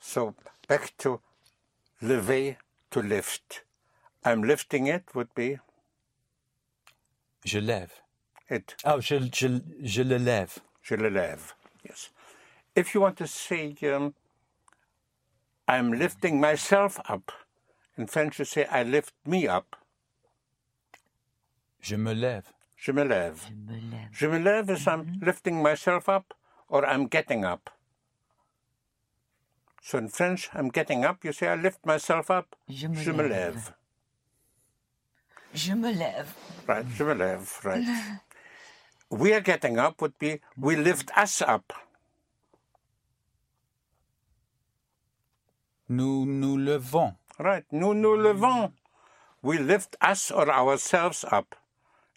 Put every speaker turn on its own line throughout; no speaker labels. So back to the way to lift. I'm lifting it would be
Je lève.
it.
Oh, je, je, je le lève.
Je le lève. Yes. If you want to say um, I'm lifting myself up, in French you say I lift me up.
Je me lève.
Je me lève.
Je me lève.
Je me lève is I'm lifting myself up or I'm getting up. So in French, I'm getting up. You say I lift myself up.
Je me
je me
lève.
lève.
Je me lève.
Right, je me lève. Right. we are getting up would be we lift us up.
Nous nous levons.
Right. Nous nous levons. We lift us or ourselves up.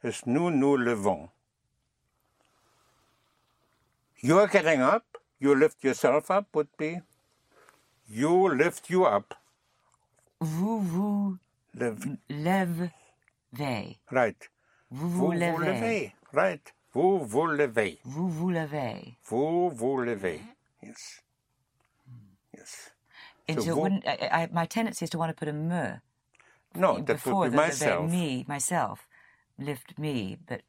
It's nous nous levons. You are getting up. You lift yourself up would be you lift you up.
Vous vous
Live.
Mm. levez.
Right.
Vous
Vous
vous
vous
levez.
levez. Right. Vous vous levez.
Vous vous levez.
Vous vous levez. Yes. Yes.
And
So
so it
vous-
wouldn't, I, I, my tendency is to want to put a me
No, that
before
would be
the levée,
Oh, myself.
me, myself, lift me, but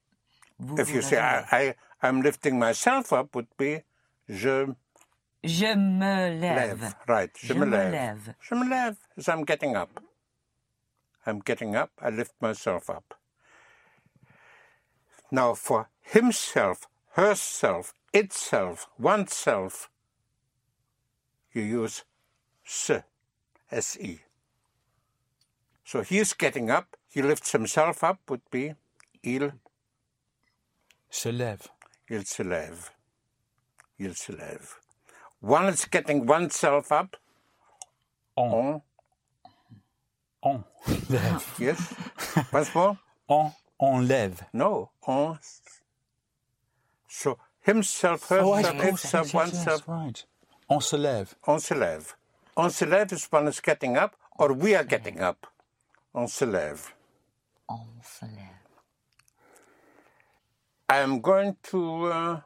vous
If
vous
you say I,
levez.
I I'm lifting myself up would be je
je me lève.
lève. Right. Je, me lève.
lève.
Je me lève is I'm getting up. I'm getting up. I lift myself up. Now for himself, herself, itself, oneself, you use se, se. So he's getting up. He lifts himself up. Would be il
Se lève.
il se lève. Il se lève. One is getting oneself up.
On.
On,
On lève.
yes. Once more.
On. On lève.
No. On. So himself,
Oh, I
herself,
suppose-
himself,
yes, yes, yes,
oneself.
right. On se lève.
On se lève. On se lève is one is getting up, or we are getting up. On se lève.
On se lève.
I'm going to. Uh,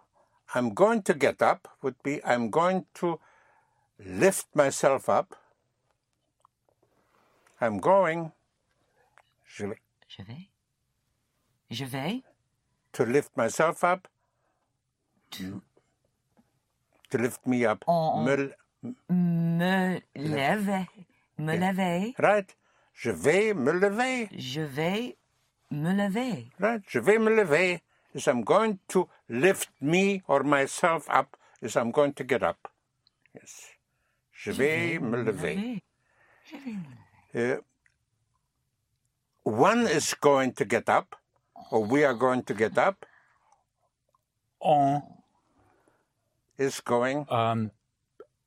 I'm going to get up. Would be. I'm going to lift myself up. I'm going. Je vais-
Je vais. Je vais.
to lift myself up, to lift me up.
On-
Me l-
Me lève. Me lever.
right? Je vais me lever.
Je vais me lever.
Right? Je vais me lever is I'm going to lift me or myself up is I'm going to get up. Yes. Je vais me lever.
Je vais me lever.
Uh, one is going to get up, or we are going to get up,
On.
is going,
euh,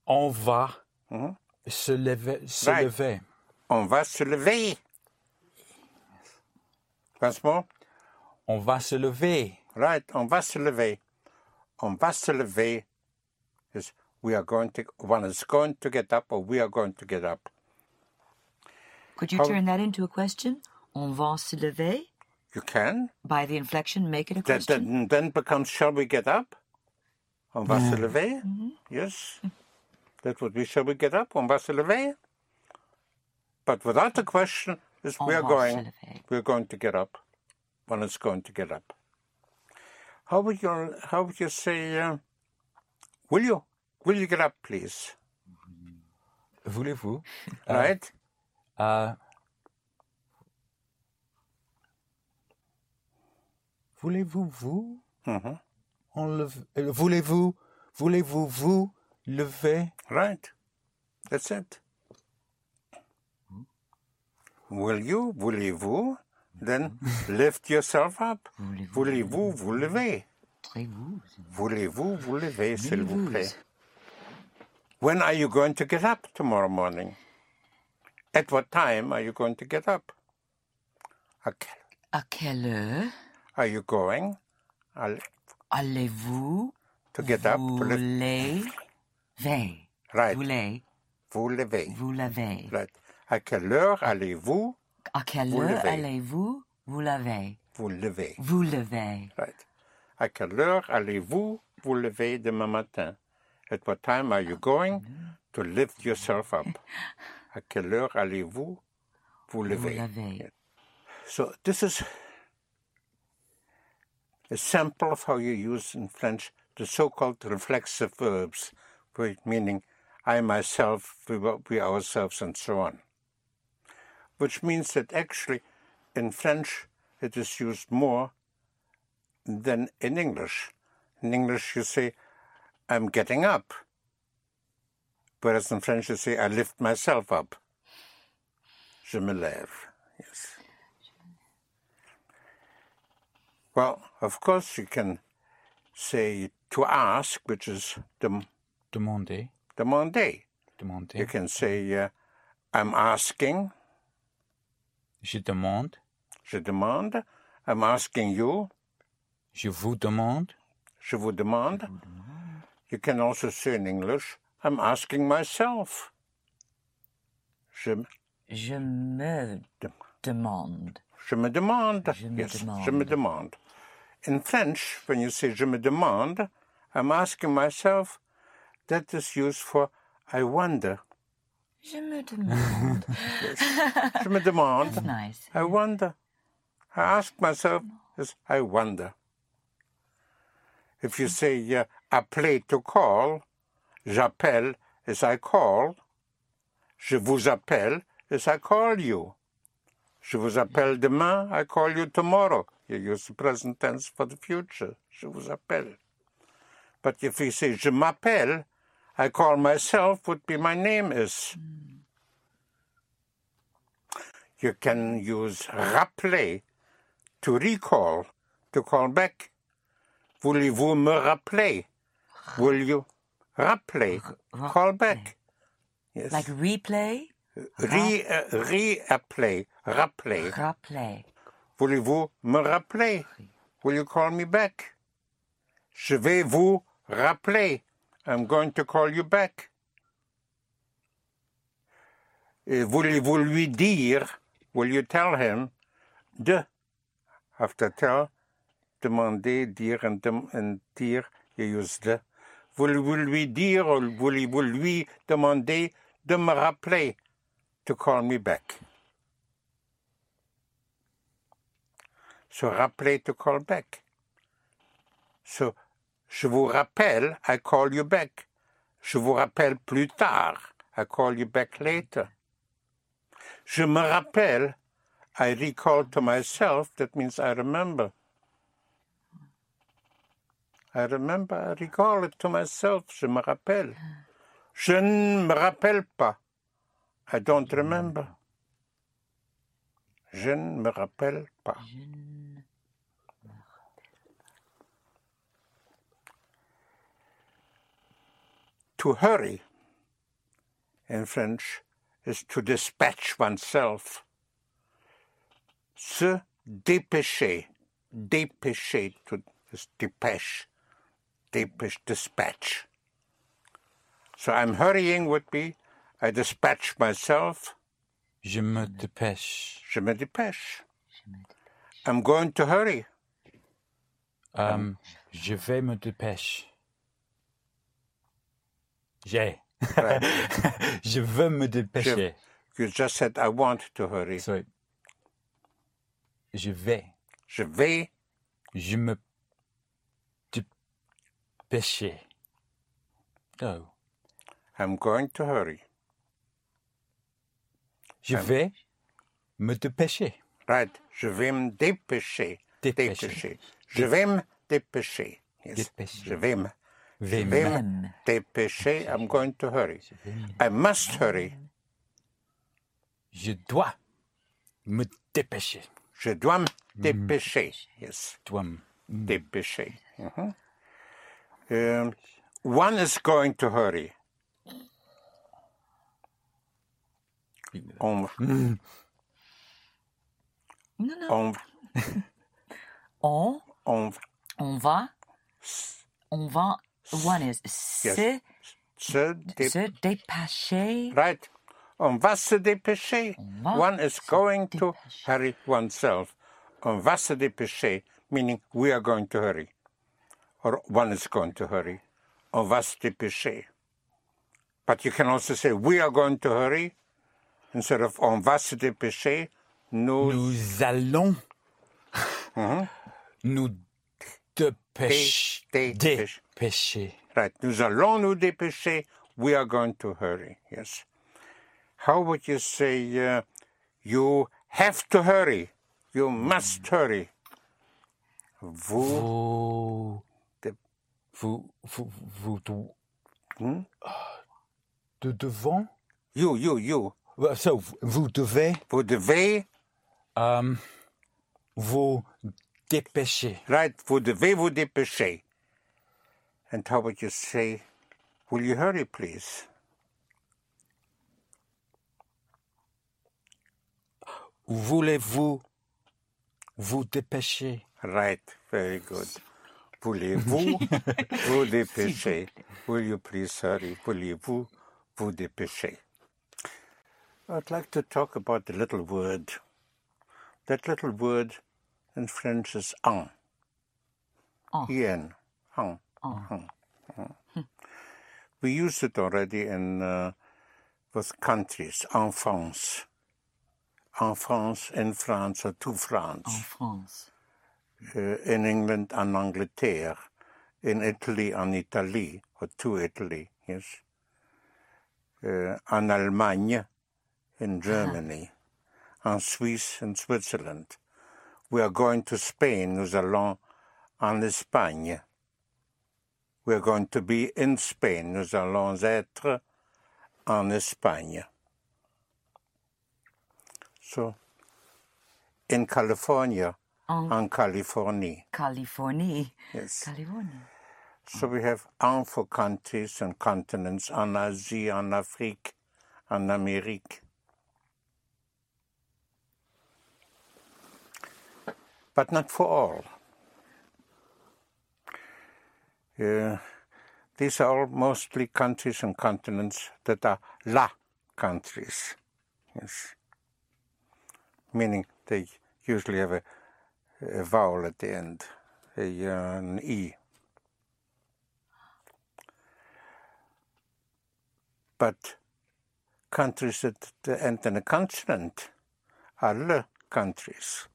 on va
Mhm.
se lever. Se
Right.
lever.
on va se lever. Once more.
On va se lever.
Right, on va se lever. On va se lever is we are going to, one is going to get up or we are going to get up.
Could you
How-
turn that into a question? On va se lever?
You can.
By the inflection, make it a
That,
question.
that then becomes shall we get up? On va se lever?
Mm-hmm.
Yes. That would be shall we get up? On va se lever? But without the question is
On
we are
va
going.
se lever.
We're going to get up. One is going to get up. How would you how would you say uh, will you will you get up please?
Voulez-vous?
Uh,
Right?
Euh, voulez-vous vous
Mhm.
enleve- euh, Voulez-vous voulez-vous vous lever?
Right. That's it. Will you, voulez-vous, then lift yourself up. Voulez-vous vous lever?
Voulez-vous
Voulez-vous vous lever, s'il vous plaît? When are you going to get up tomorrow morning? At what time are you going to get up? Okay.
À quelle heure
Are you going I'll-
allez-vous
to get up?
vous
To lift,
lever?
right.
Voulez,
Vous lever.
vous lever.
Right. À quelle heure allez-vous
À quelle
Vous
heure
levez.
allez-vous vous lever?
vous lever?
Vous lever.
Right. À quelle heure allez-vous vous lever demain matin? At what time are you going to lift yourself up? À quelle heure allez-vous vous
Vous
lever?
l'avez.
So this is a sample of how you use in French the so-called reflexive verbs, which- meaning I myself, we, wa- we ourselves, and so on. Which means that actually in French it is used more than in English. In English you say, I'm getting up. Whereas in French you say, I lift myself up. Je me lève. Yes. Well, of course, you can say to ask, which is dem-
Demandez.
demander.
Demandez.
You can say, uh, I'm asking,
Je demande.
je demande, I'm asking you,
Je vous demande.
je vous demande. You can also say in English, I'm asking myself. Je,
Je me
Dem-
demande.
je me demande.
Je me
yes, je me
demande.
demande. In French, when you say je me demande, I'm asking myself, that is used for I wonder.
Je me demande.
Je me demande.
That's nice.
I wonder. I ask myself, yes, I wonder. If you say uh, appeler to call, j'appelle is I call, je vous appelle is I call you, je vous appelle demain, I call you tomorrow. You use the present tense for the future, je vous appelle. But if you say je m'appelle, I call myself would be my name is. You can use rappeler to recall, to call back. Voulez-vous me rappeler? Will you rappeler? Call back. Yes.
Like replay,
Re, uh, reappeler, rappeler.
rappeler.
Voulez-vous me rappeler? Will you call me back? Je vais vous rappeler. I'm going to call you back. Et voulez-vous lui dire? Will you tell him? De. After tell, demander, dire, and, dem- and dire, you use de. Voulez-vous lui dire ou voulez-vous lui demander de me rappeler? To call me back. So rappeler to call back. So je vous rappelle, I call you back. Je vous rappelle plus tard, I call you back later. Je me rappelle, I recall to myself, that means I remember. I remember, I recall it to myself, je me rappelle. Je ne me rappelle pas. I don't remember. Je ne me rappelle pas.
Je ne-
to hurry in French is to dispatch oneself. Se dépêcher, dépêcher to, is dépêche, dépêche, dispatch. So I'm hurrying would be I dispatch myself,
Je me dépêche.
je me dépêche.
je me-
I'm going to hurry,
Euh, je vais me dépêche. J'ai. je veux me dépêcher.
you just said I want to hurry.
Sorry. Je vais.
Je vais,
Je me dépêcher. Oh.
I'm going to hurry.
Je vais me dépêcher.
Right, je vais me dépêcher.
Dépêcher.
Je vais me dépêcher. Yes.
Dépêcher.
Je vais me
Vais
je vais
me-
me dépêcher. I'm going to hurry. I must hurry.
Je dois me dépêcher.
Je dois me
Mm.
dépêcher. Yes,
Dois me-
dépêcher. Mhm. Um, one is going to hurry. On,
Mm.
Non, non.
on,
On,
on,
on va, on va. One is se,
se dé-
se dépêcher.
Right. On va se dépêcher.
va
One is going to hurry oneself. On va se dépêcher, meaning we are going to hurry. Or one is going to hurry. on va se dépêcher. But you can also say we are going to hurry instead of on va se dépêcher. Nous,
Nous allons Hein?
Mhm.
nous dépêcher.
Dé- dépêcher.
Dépêcher.
right, nous allons nous dépêcher. We are going to hurry. Yes. How would you say uh, you have to hurry? You must hurry. Vous
Vous,
Dé-
vous, vous, vous, dou-
Hmm?
de devant.
You, you, you.
Well, So, vous devez
Vous devez,
euh, vous dépêcher.
right, vous devez vous dépêcher. And how would you say, will you hurry, please?
Voulez-vous vous dépêcher?
Right, very good. Voulez-vous vous dépêcher? Will you please hurry? Voulez-vous vous dépêcher? I'd like to talk about the little word. That little word in French is en.
En.
En. En.
En.
En. En. We used it already in uh, with countries. En France. En France, in France, or to France.
En France.
uh, in England and Angleterre, in Italy and Italy, or to Italy, yes, uh, and Allemagne in Germany, and Suisse in Switzerland. We are going to Spain, nous allons en Espagne. We are going to be in Spain, nous allons être en Espagne. So, in California,
En
en Californie.
Californie.
Yes.
Californie.
So we have un for countries and continents, en Asie, en Afrique, en Amérique. But not for all. Uh, these are all mostly countries and continents that are la countries. Yes. Meaning they usually have a, a vowel at the end, a, uh, an E. but countries that that end in a consonant are le countries.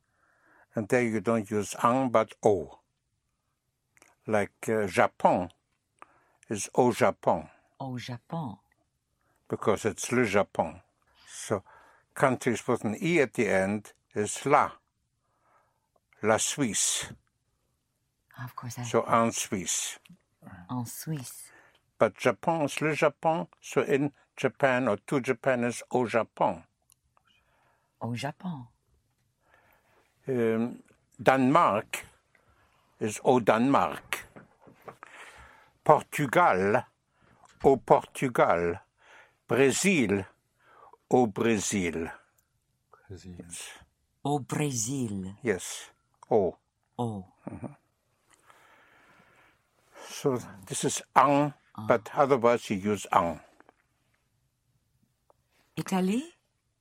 And there you don't use ang but o. Like uh, Japon is au Japon
Au Japon.
because it's le Japon. So countries with an e at the end is la. La Suisse.
Of course, I,
So en Suisse.
en Suisse.
But Japan is le Japon. So in Japan or to Japan is au Japon.
Au Japon.
um, Danemark is au Danemark. Portugal, au Portugal. Brésil, au Brésil.
Au Brésil. Oh.
Yes, au.
Au.
So this is ang, but otherwise you use ang.
Italie?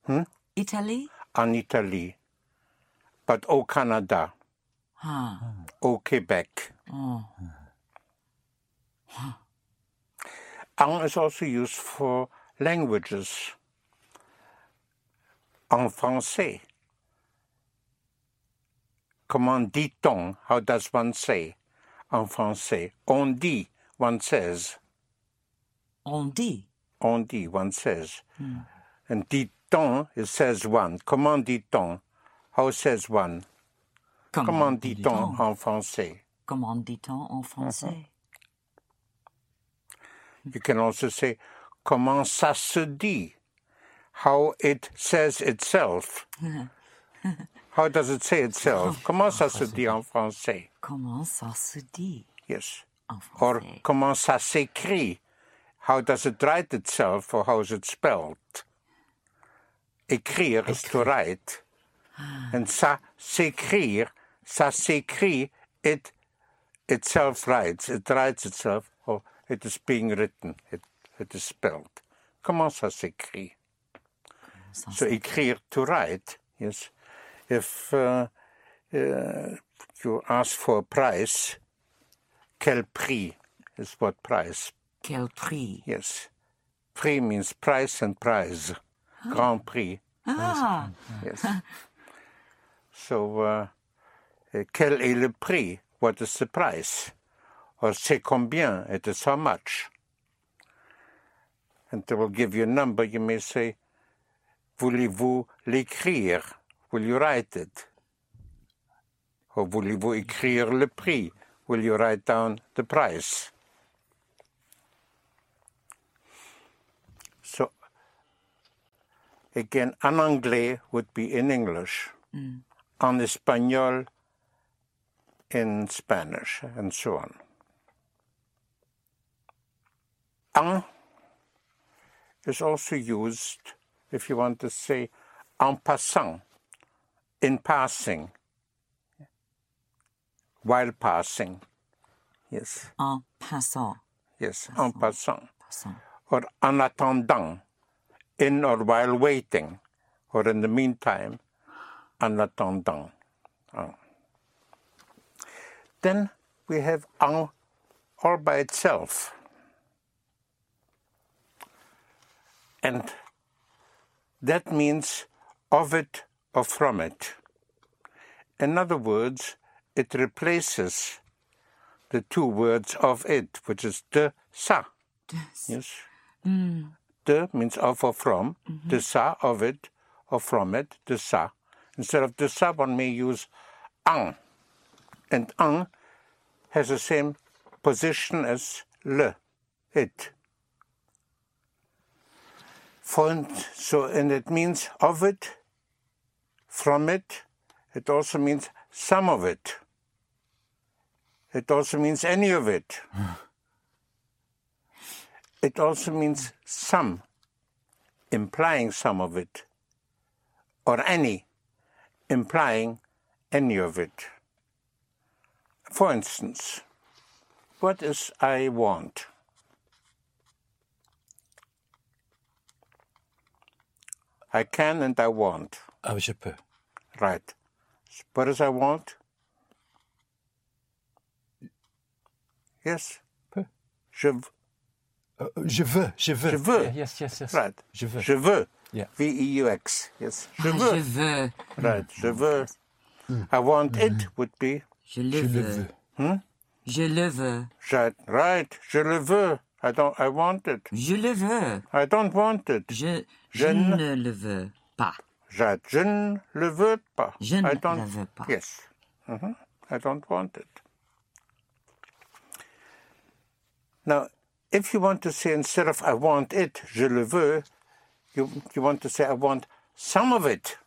Hmm?
Italie?
En Italy, but au Canada,
Ah.
au Quebec.
Oh.
Ang is also used for languages. En français. Comment dit-on? How does one say? En français. On dit, one says.
On dit.
On dit, one says. And dit-on, it says one. Comment dit-on? How says one? Comment dit-on Uh-huh. en français?
Comment dit-on en français?
You can also say, comment ça se dit? How it says itself. How does it say itself? Mm-hmm. Comment ça se dit en français?
Comment ça se dit
Yes.
en
Or
français?
comment ça s'écrit? How does it write itself or how is it spelled? Écrire Ah. is to write. And ça s'écrire, ça s'écrit, it itself writes. It writes itself or it is being written. It, it is spelled. Comment ça s'écrit?
Ça
So
se-
écrire to write, yes. If uh, uh, you ask for a price, quel prix is what price.
Quel prix?
Yes. Prix means price and prize. Grand Prix.
Ah,
Yes. so, uh, uh, quel est le prix? What is the price? Or c'est combien? It is how much. And they will give you a number. You may say, voulez-vous l'écrire? Will you write it? Or voulez-vous écrire le prix? Will you write down the price? So again, en anglais would be in English, en espagnol in Spanish, and so on. En is also used if you want to say en passant, in passing, while passing. Yes,
en passant.
yes, en passant.
Passant.
or en attendant, in or while waiting, or in the meantime, en attendant. Oh. Then we have en all by itself. And that means of it or from it. In other words, it replaces the two words of it, which is de ça. Yes. De means of or from. De sa, of it, or from it, de sa. Instead of de sa, one may use ang. And ang has the same position as le, it. Von, so, and it means of it, from it. It also means some of it. It also means any of it. It also means some, implying some of it, or any, implying any of it. For instance, what is I want? I can and I want,
Ah, je peux.
right? What is I want? Yes.
Peu.
Je v-
Euh, je veux, je veux.
Je veux.
Yeah, yes, yes, yes.
Right.
Je veux.
Je veux.
Yeah.
V-E-U-X. Yes. Je
Ah,
veux.
je veux.
Right. Je veux. I want it would be.
Je le
Je le
veux.
veux.
Je le veux.
Je, right. Je le veux. I don't. I want it.
Je le veux.
I don't want it.
Je,
Je
je
ne-
ne le veux pas.
Je, je ne le veux pas.
Je
I
ne
don't,
le veux pas.
Yes. Mhm. I don't want it. Now, if you want to say instead of I want it, je le veux, you, you want to say I want some of it.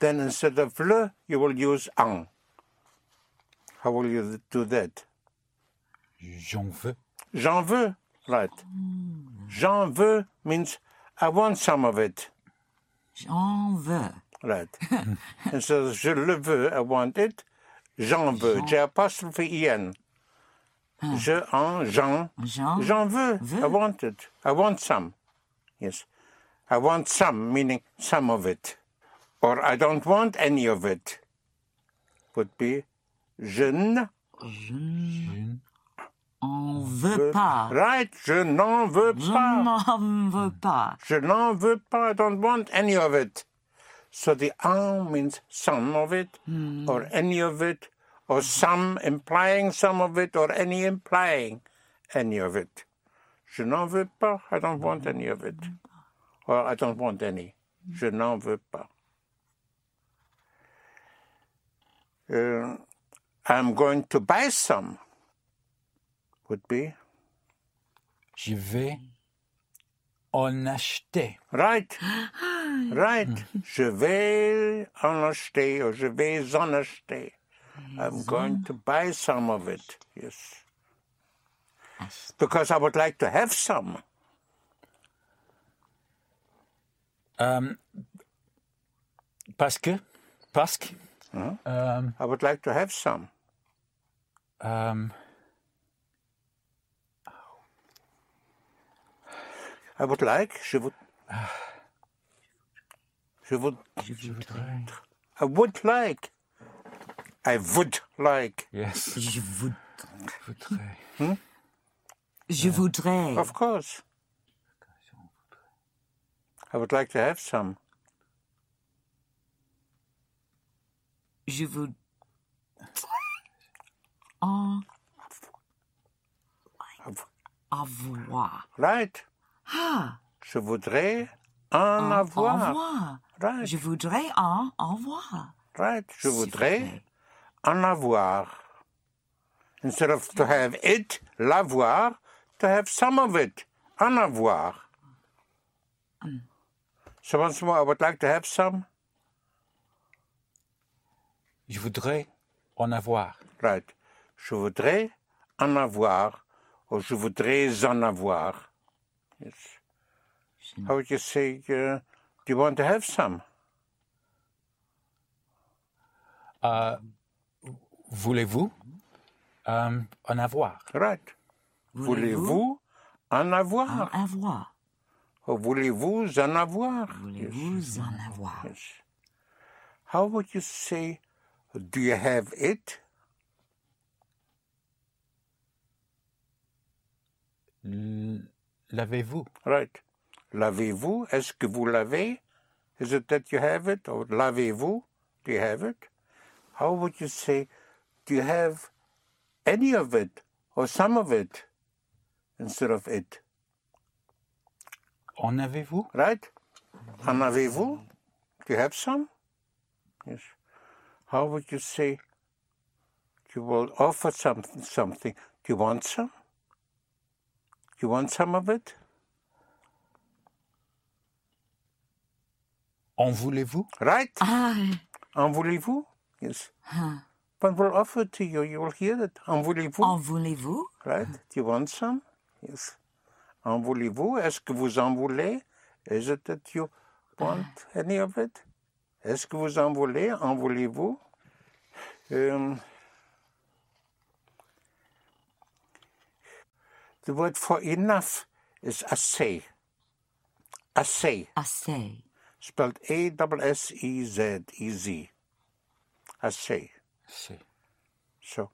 Then instead of le, you will use en. How will you do that?
J'en veux.
J'en veux, right.
Hmm.
J'en veux means I want some of it.
J'en veux.
Right. and so je le veux, I want it. J'en veux. J'ai apostrophe en. Je en, j'en.
J'en
J'en veux. I
Ah. Veux.
want it. I want some. Yes. I want some, meaning some of it. Or I don't want any of it. Would be je ne
en veux
veux
pas.
Right. Je n'en veux
Je
pas.
n'en veux pas.
Je n'en veux pas, I don't want any of it. So the en means some of it, or any of it, or some implying some of it, or any implying any of it. Je n'en veux pas, I don't want any of it. Or I don't want any. Je n'en veux pas. Uh, I'm going to buy some, would be.
Je vais en acheter.
Right. Right. Je vais en acheter, or je vais en acheter. I'm going to buy some of it. Yes. Because I would like to have some.
Euh, parce que, parce que, euh,
I would like to have some.
euh,
I would like, je would. Je would.
je voudrais.
I would like. I would like.
Yes,
Je voudrais.
je voudrais.
Je voudrais.
Of course. I would like to have some.
Je vous. En avoir.
Right.
Ah,
Je voudrais en
en
avoir.
avoir.
Right.
Je voudrais en avoir.
Right. Je
S'il vous
voudrais
plaît.
en avoir. Instead of to have it, l'avoir, to have some of it, en avoir.
Hmm.
So once more, I would like to have some.
Je voudrais en avoir.
Right. Je voudrais en avoir, or je voudrais en avoir. Yes. How would you say, uh, do you want to have some?
Euh, Voulez-vous euh, en avoir
Right. Voulez-vous en
en
avoir?
avoir?
Or voulez-vous en avoir?
Voulez-vous en avoir?
Yes. How would you say, do you have it?
L- L'avez-vous
Right. L'avez-vous? Est-ce que vous l'avez? Is it that you have it? Or l'avez-vous? Do you have it? How would you say, do you have any of it or some of it instead of it?
En avez-vous
Right? En avez-vous? Do you have some? Yes. How would you say, you will offer some, something? Do you want some? You want some of it?
En voulez-vous
Right?
Ah,
En voulez-vous? Yes. One will offer it to you. You will hear it. En voulez-vous?
Hein. en voulez-vous?
Right? Do you want some? Yes. En voulez-vous? Est-ce que vous en voulez? Is it that you want any of it? Est-ce que vous en voulez? En voulez-vous? Um, the word for enough is assez. Assez.
Assez.
Spelled E A-S-S-E-Z-E-Z. Assez.
C'est
So,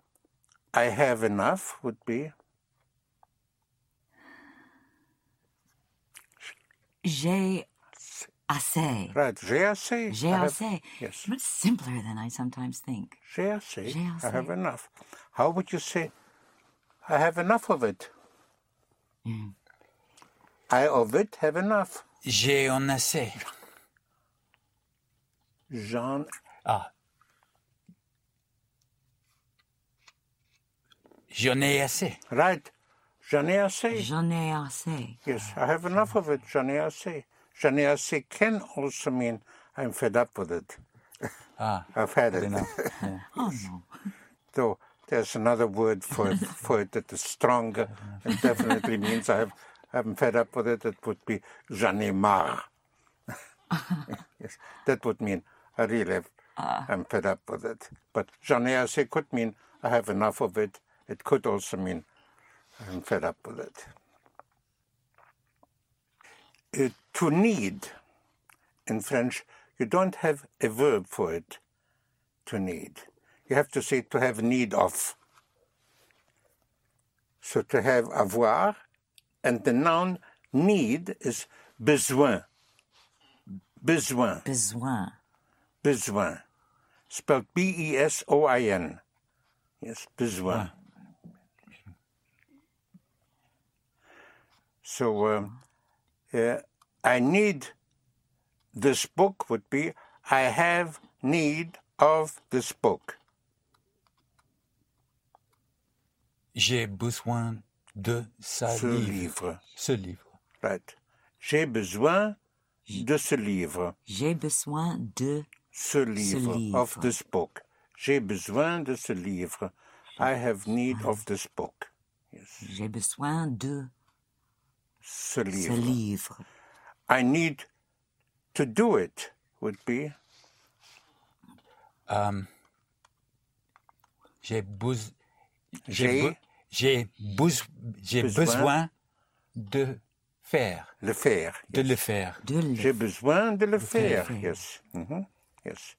I have enough would be
J'ai assez.
right. J'ai assez.
J'ai
I have-
assez.
yes.
Much simpler than I sometimes think.
J'ai assez.
J'ai
I have
assez.
enough. How would you say? I have enough of it. Mm. I of it have enough.
J'ai en assez.
Jean,
Ah. J'en ai assez.
right. J'en ai assez.
J'en ai assez.
Yes, I have enough of it. J'en ai assez. J'en ai assez can also mean I'm fed up with it.
Ah,
I've had it.
enough.
Oh non.
So there's another word for it, for it that is stronger and definitely means I have, I'm fed up with it. It would be j'en ai marre. yes, that would mean I really have, I'm fed up with it. But j'en ai assez could mean I have enough of it. It could also mean I'm fed up with it. Uh, to need, in French, you don't have a verb for it to need. You have to say to have need of. So to have avoir, and the noun need is besoin. Besoin,
Besoin.
besoin. Spelled B E S O I N. Yes, besoin. So um, uh, I need this book would be I have need of this book.
J'ai besoin de sa
Ce
livre.
livre.
Ce livre.
Right. J'ai besoin de ce livre.
J'ai besoin de.
Ce livre.
livre.
Of this book. J'ai besoin de ce livre. I have need of this book. Yes.
J'ai besoin de
Ce
ce
livre.
livre.
I need to do it would be
Euh, j'ai bous-
J'ai-
j'ai be- j'ai bous- j'ai
Besoin.
besoin de faire,
le faire.
de le faire.
De le.
J'ai besoin de le faire.
faire.
Yes. Mhm. Yes.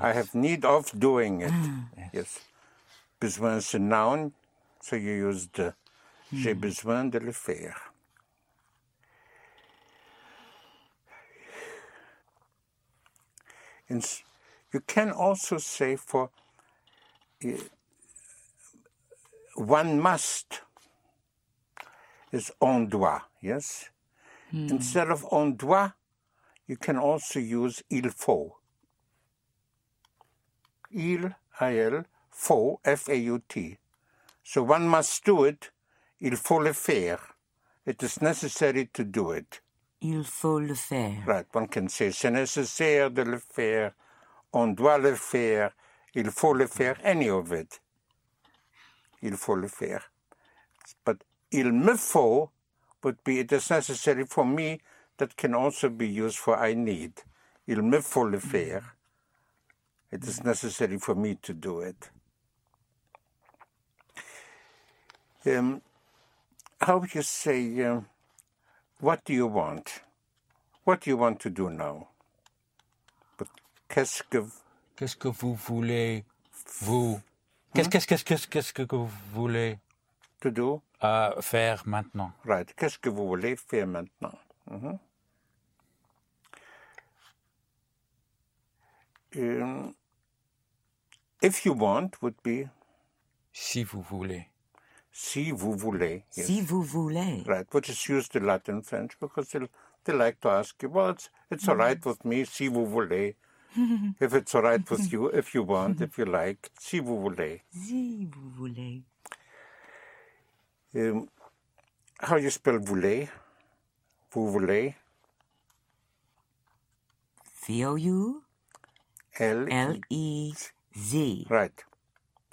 I have need of doing it. Yes. Besoin is a noun, so you use the J'ai besoin de le faire. And s- you can also say for eh, one must is on doit, yes? Instead of on doit, you can also use il faut. Il, I-L, faut, F-A-U-T. So one must do it, il faut le faire. It is necessary to do it.
Il faut le faire.
Right, one can say c'est nécessaire de le faire, on doit le faire, il faut le faire, any of it. Il faut le faire. But il me faut would be it is necessary for me, that can also be used for I need. Il me faut le faire. It is necessary for me to do it. Um, how you say, um, what do you want? What do you want to do now? But qu'est-ce que
Qu'est-ce que vous voulez, vous Qu'est-ce qu'est-ce- qu'est-ce- qu'est-ce- qu'est-ce que vous voulez
to do?
euh, faire maintenant
Right. Qu'est-ce que vous voulez faire maintenant? Mhm. Um, if you want would be
Si vous voulez.
si vous voulez. Yes.
Si vous voulez.
Right, which is used a lot in French because they, they like to ask you, well, it's, it's all right with me, si vous voulez. if it's all right with you, if you want, if you like, si vous voulez.
Si vous voulez.
Um, how you spell voulez? Vous voulez?
V-O-U-L-E-Z.
L. E.
E Z.
Right.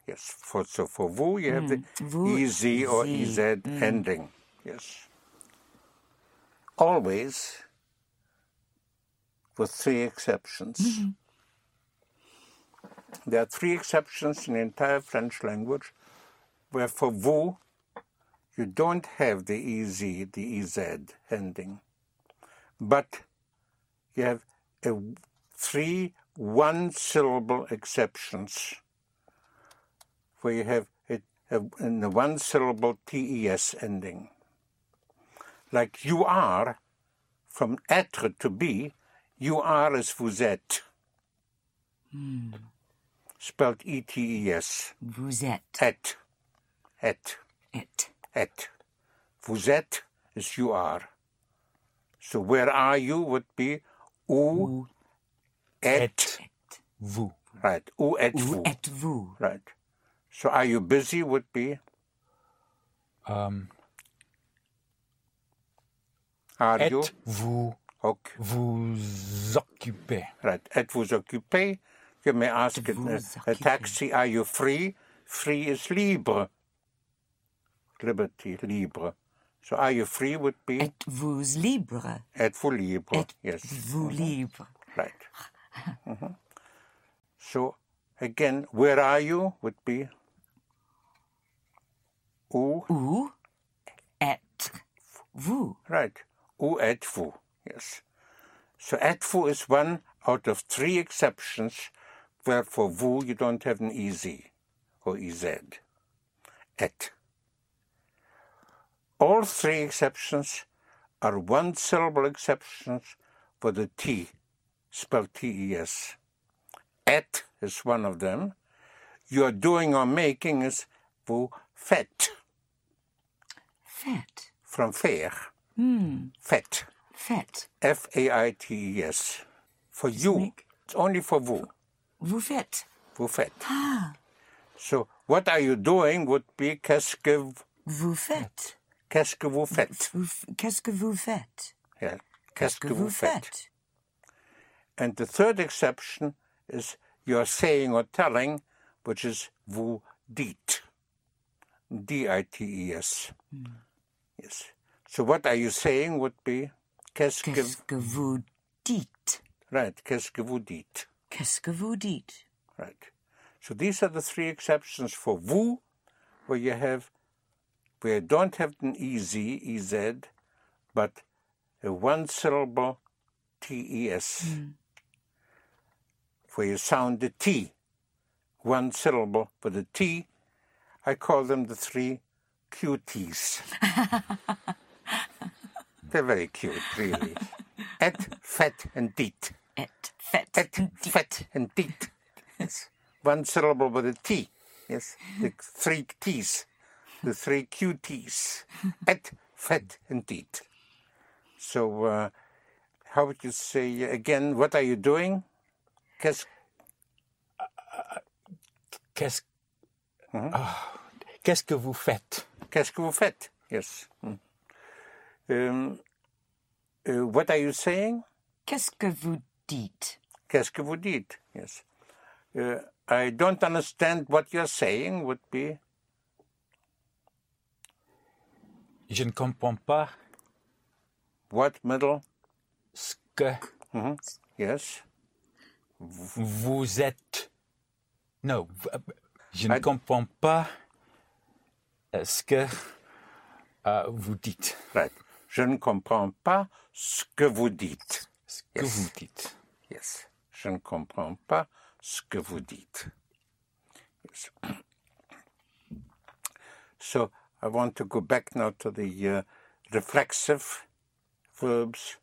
Yes. For, so for vous, you have the
vous,
EZ or
sie,
EZ ending. Yes. Always, with three exceptions. There are three exceptions in the entire French language where for vous, you don't have the EZ, the EZ ending. But you have a w- three one syllable exceptions where you have it a, in the one syllable tes ending. Like you are, from être to be, you are as vous êtes. Hmm. Spelled E T E S.
Vous êtes.
Et. Et.
It.
Et. Vous êtes is you are. So where are you would be où
Où
êtes
êtes-
Vous.
Right. Où
Où
êtes-vous?
êtes-vous?
Right. So are you busy would be
Euh,
are you?
Êtes-vous
Okay.
vous occupez
Right. Êtes-vous occupé? You may ask a,
Êtes-vous
a
occupé?
taxi, are you free? Free is libre. Liberty, libre. So are you free would be
Êtes-vous libre?
êtes-vous libre? Yes. Mm-hmm.
Êtes-vous libre?
Right. Mhm. So again, where are you would be où?
Où êtes-vous?
Right. U etfu, yes. So etfu is one out of three exceptions where for vu you don't have an ez or ez. Et. All three exceptions are one syllable exceptions for the t, spelled T E S. Et is one of them. You are doing or making is vous faites,
Faites.
from faire,
Hmm.
faites.
Faites.
F A I T E S. For you.
make-
It's only for vous.
Vous faites. Ah,
Vous faites. So what are you doing would be qu'est-ce que, v-
Vous faites.
qu'est-ce que vous faites?
Vous f- Qu'est-ce que vous faites?
Yeah. Qu'est-ce que, vous faites?
faites?
And the third exception is you're saying or telling, which is vous dites. D I T E S. Yes. So what are you saying would be qu'est-ce que,
Qu'est-ce que vous dites?
right, qu'est-ce que vous dites?
Qu'est-ce que vous dites?
Right. So these are the three exceptions for Wu, where you have, where you don't have an E EZ, EZ, but a one syllable TES, where you sound the T, one syllable for the T. I call them the three cuties. They're very cute, really. Et, fat, and deet.
Et, fet,
Et,
deet.
fat, and deet. Yes. One syllable with a T. Yes. The three T's. The three cuties. Et, fat, and deet. So, uh, how would you say again? What are you doing? Qu'est-ce
Qu'est-ce Ah, qu'est-ce que vous faites
Qu'est-ce que vous faites? Yes. Mm. Um, uh, what are you saying?
Qu'est-ce que vous dites?
Qu'est-ce que vous dites? Yes. Uh, I don't understand what you're saying would be
Je ne comprends pas
what middle?
ce que
Yes.
vous êtes. Non, v- je ne
Ah.
comprends pas euh, ce que euh, vous dites.
Right. Je ne comprends pas ce que vous dites.
Ce que
Yes.
vous dites.
Yes. Je ne comprends pas ce que vous dites. Yes. So I want to go back now to the uh, reflexive verbs.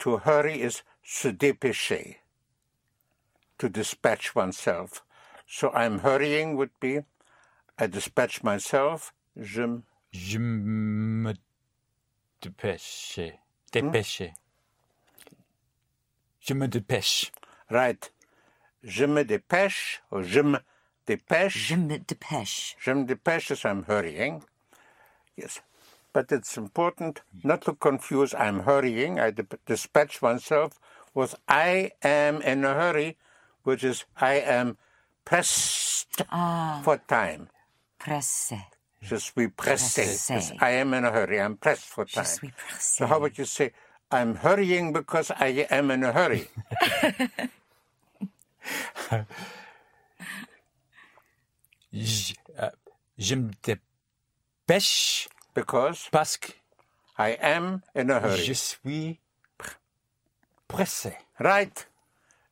To hurry is se dépêcher, to dispatch oneself. So I'm hurrying would be I dispatch myself. Je m-
Je me dépêche. Dépêche. Je me dépêche.
Right. Je me dépêche, or je me dépêche.
Je me dépêche.
Je me dépêche is I'm hurrying. Yes. But it's important not to confuse I'm hurrying, I dip- dispatch myself, with I am in a hurry, which is I am pressed for time.
Pressé.
Je suis pressé.
Pressé.
Yes, I am in a hurry. I'm pressed for
Je
time.
suis pressé.
So how would you say, I'm hurrying because I am in a hurry?
Je, euh, je me dépêche
Because
parce que
I am in a hurry.
je suis pr- pressé.
Right.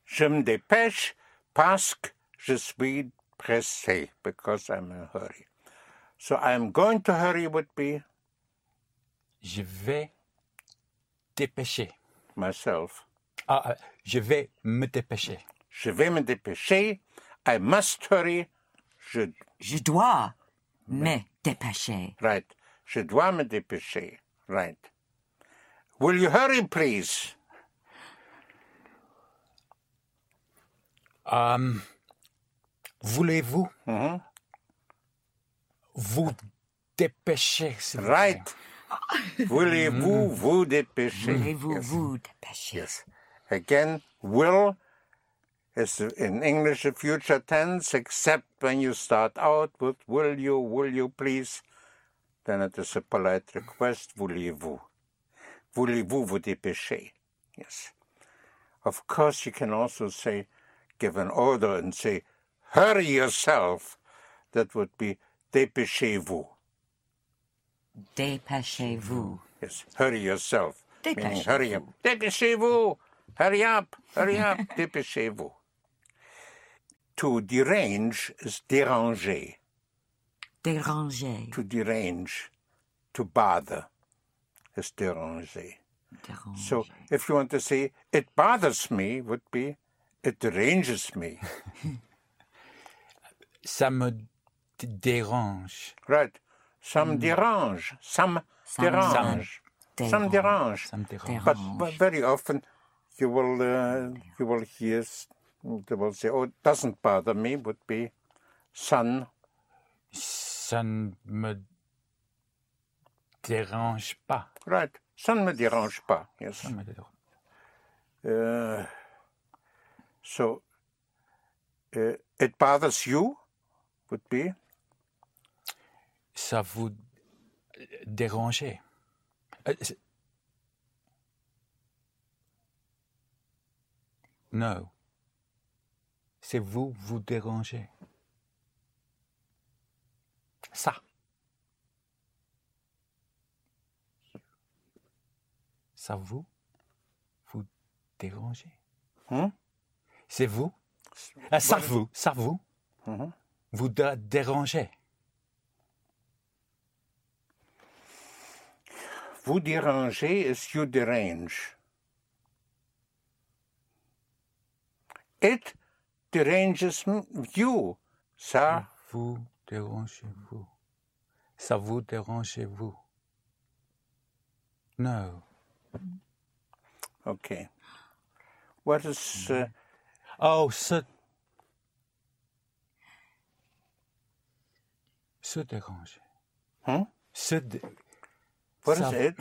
Je me dépêche parce que je suis pressé, because I'm in a hurry. So I'm going to hurry would be
Je vais dépêcher.
myself.
Ah, euh, je vais me dépêcher.
Je vais me dépêcher. I must hurry. Je,
Je dois
Mm.
me dépêcher.
right. Je dois me dépêcher. Right. Will you hurry, please?
Hum, Voulez-vous vous dépêcher s'il vous plaît?
Right. Voulez-vous vous dépêcher?
Voulez-vous vous
Mm.
dépêcher?
Yes. Again, will is the- in English the future tense, except when you start out with will you, will you please. Then it is a polite request, voulez-vous. Voulez-vous vous dépêcher? Yes. Of course, you can also say, give an order and say, hurry yourself. That would be dépêchez-vous.
Dépêchez-vous.
Yes, hurry yourself. Meaning,
Dépêchez-vous.
hurry up. Dépêchez-vous. Hurry up. Hurry up. Dépêchez-vous. To derange is déranger.
Déranger.
To derange, to bother, is déranger.
Déranger.
So if you want to say, it bothers me, would be, it deranges me.
Ça me d- dérange.
Right. Ça me dérange. Ça me
Ça me
dérange. Ça me dérange.
Ça me dérange.
But, but very often, you will uh, you will hear s- they will say, "Oh, it doesn't bother me." Would be, son,
Ça ne me dérange pas.
right? Son me dérange pas. Yes.
Ça me dérange.
Uh, so, uh, it bothers you. Would be
Ça vous Euh, dérange. Non. C'est vous vous dérangez. Ça. Ça vous vous dérangez.
Hmm?
C'est vous. Ah, ça vous, ça vous. Vous dé- dérangez.
Vous déranger is you derange. It deranges m- you. Ça,
Vous dérangez-vous. Ça vous dérangez-vous. No.
okay. What is uh,
Oh, se... Se déranger.
Hein
Se dé-
what is
Ça-
it?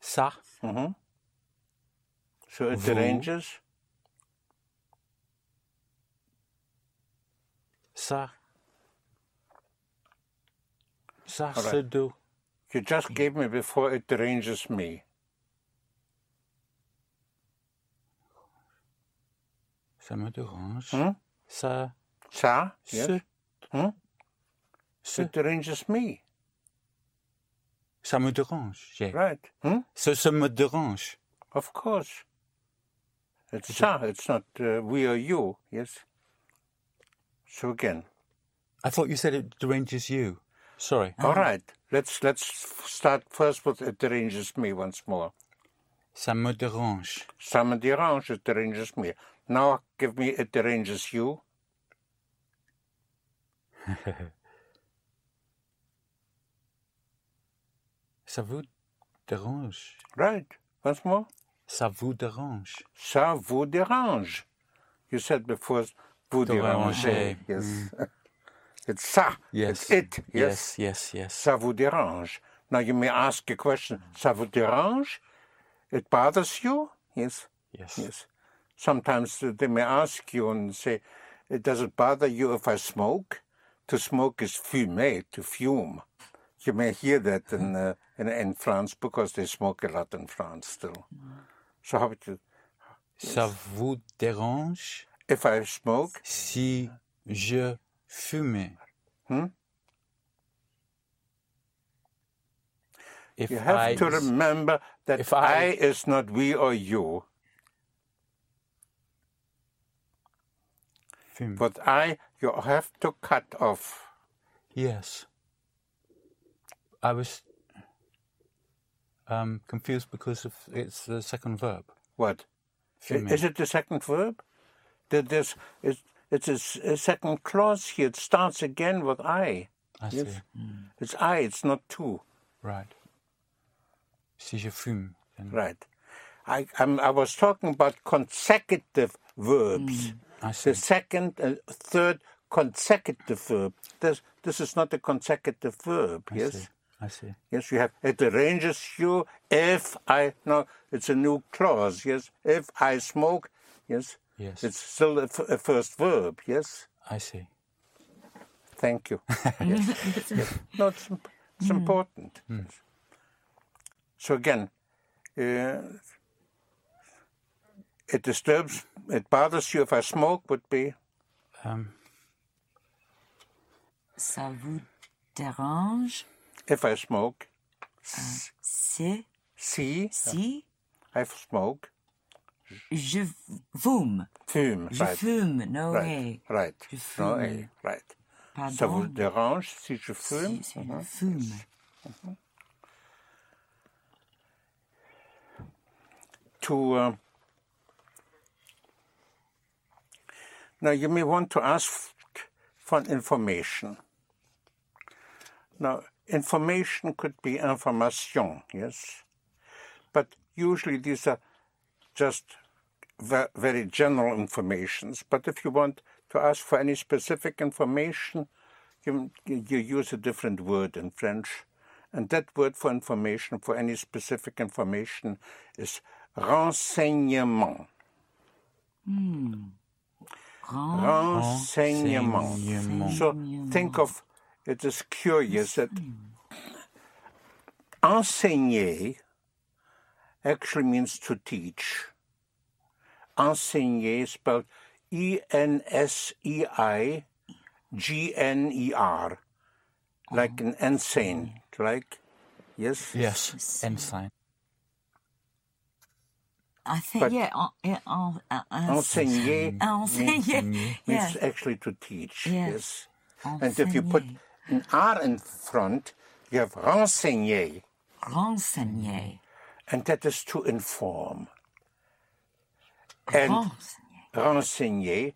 Ça,
Mhm. So it
Vous.
deranges.
ça. Ça,
Alright.
se dé-
You just gave me before it deranges me.
Ça me dérange.
Hein
Ça,
Ça,
se...
yes. Hein
se-
It deranges me.
Ça me dérange. yeah.
Right. Hmm?
Ça, ça me dérange.
Of course. It's ça. It's not uh, we or you. Yes. So again.
I thought you said it deranges you. Sorry.
All right. Let's let's f- start first with it deranges me once more.
Ça me dérange.
Ça me dérange. It deranges me. Now give me it deranges you.
Ça vous dérange.
Right. Once more.
Ça vous dérange.
Ça vous dérange. You said before vous dérangez.
Déranger.
Yes. It's ça.
Yes.
It's it. yes.
Yes, yes, yes.
Ça vous dérange. Now you may ask a question. Ça vous dérange? It bothers you? Yes.
Yes.
Yes. Sometimes they may ask you and say, Does it bother you if I smoke? To smoke is fumer, to fume. You may hear that in, uh, in, in France because they smoke a lot in France still. So, how would you,
Ça vous dérange
if I smoke,
si je fumais.
Hmm?
If
you have
I-
to remember that
if I-
I is not we or you.
fume.
But I, you have to cut off.
Yes. I was um, confused because of it's the second verb.
What? I-
Fumer.
Is it the second verb? That this is it's a, s- a second clause here. It starts again with I.
I see.
yes. It's I. It's not two.
Right. Si je fume. then
Right. I I'm, I was talking about consecutive verbs.
I
The
see.
second and third consecutive verb. This this is not a consecutive verb.
I
yes.
see. I see.
Yes, you have. It arranges you if I. No, it's a new clause. Yes, if I smoke. Yes,
Yes.
it's still a, f- a first verb. Yes,
I see.
thank you. yes. yes. No, it's, imp- it's important. So again, uh, it disturbs. It bothers you if I smoke. Would be
Um,
Ça vous dérange
if I smoke.
C'est
See,
si
I smoke.
je fume.
Fume.
Je
Right.
fume. No
Right.
way.
Right.
Je
No,
fume.
eh, right.
Pardon.
Ça vous dérange si je fume
Ah Si, si je fume.
To uh, now, you may want to ask for information. Now, information could be information, yes, but usually these are just ve- very general informations. But if you want to ask for any specific information, you, you use a different word in French. And that word for information, for any specific information, is renseignement.
Grand.
Renseignement.
Renseignement.
So think of it is curious that enseigner actually means to teach. Enseigner is spelled E N S E I G N E R, like an ensign, like, yes?
yes. Ensign.
I think,
But-
yeah, en, en, en, ah, en,
Enseigner
enseigner. Yeah.
means actually to teach,
Yes.
yes. And if you put an R in front, You have renseigner,
Renseigner.
and that is to inform.
Oh.
And
Renseigner.
renseigner,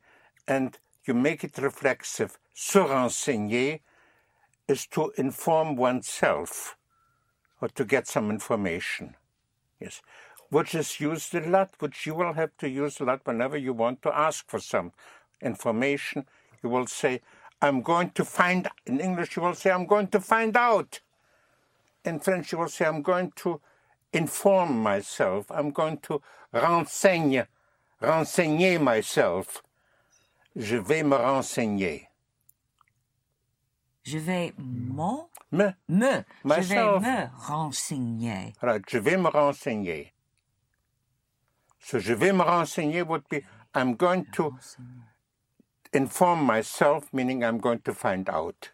and you make it reflexive. Se renseigner is to inform oneself or to get some information. Yes. Which is used a lot, which you will have to use a lot whenever you want to ask for some information. You will say, I'm going to find, in English, you will say, I'm going to find out. In French, you will say, I'm going to inform myself. I'm going to renseigne, renseigner myself. Je vais me renseigner.
Je vais mon,
Me,
me,
Myself.
je vais me renseigner.
Right, je vais me renseigner. So je vais me renseigner would be I'm going to inform myself, meaning I'm going to find out.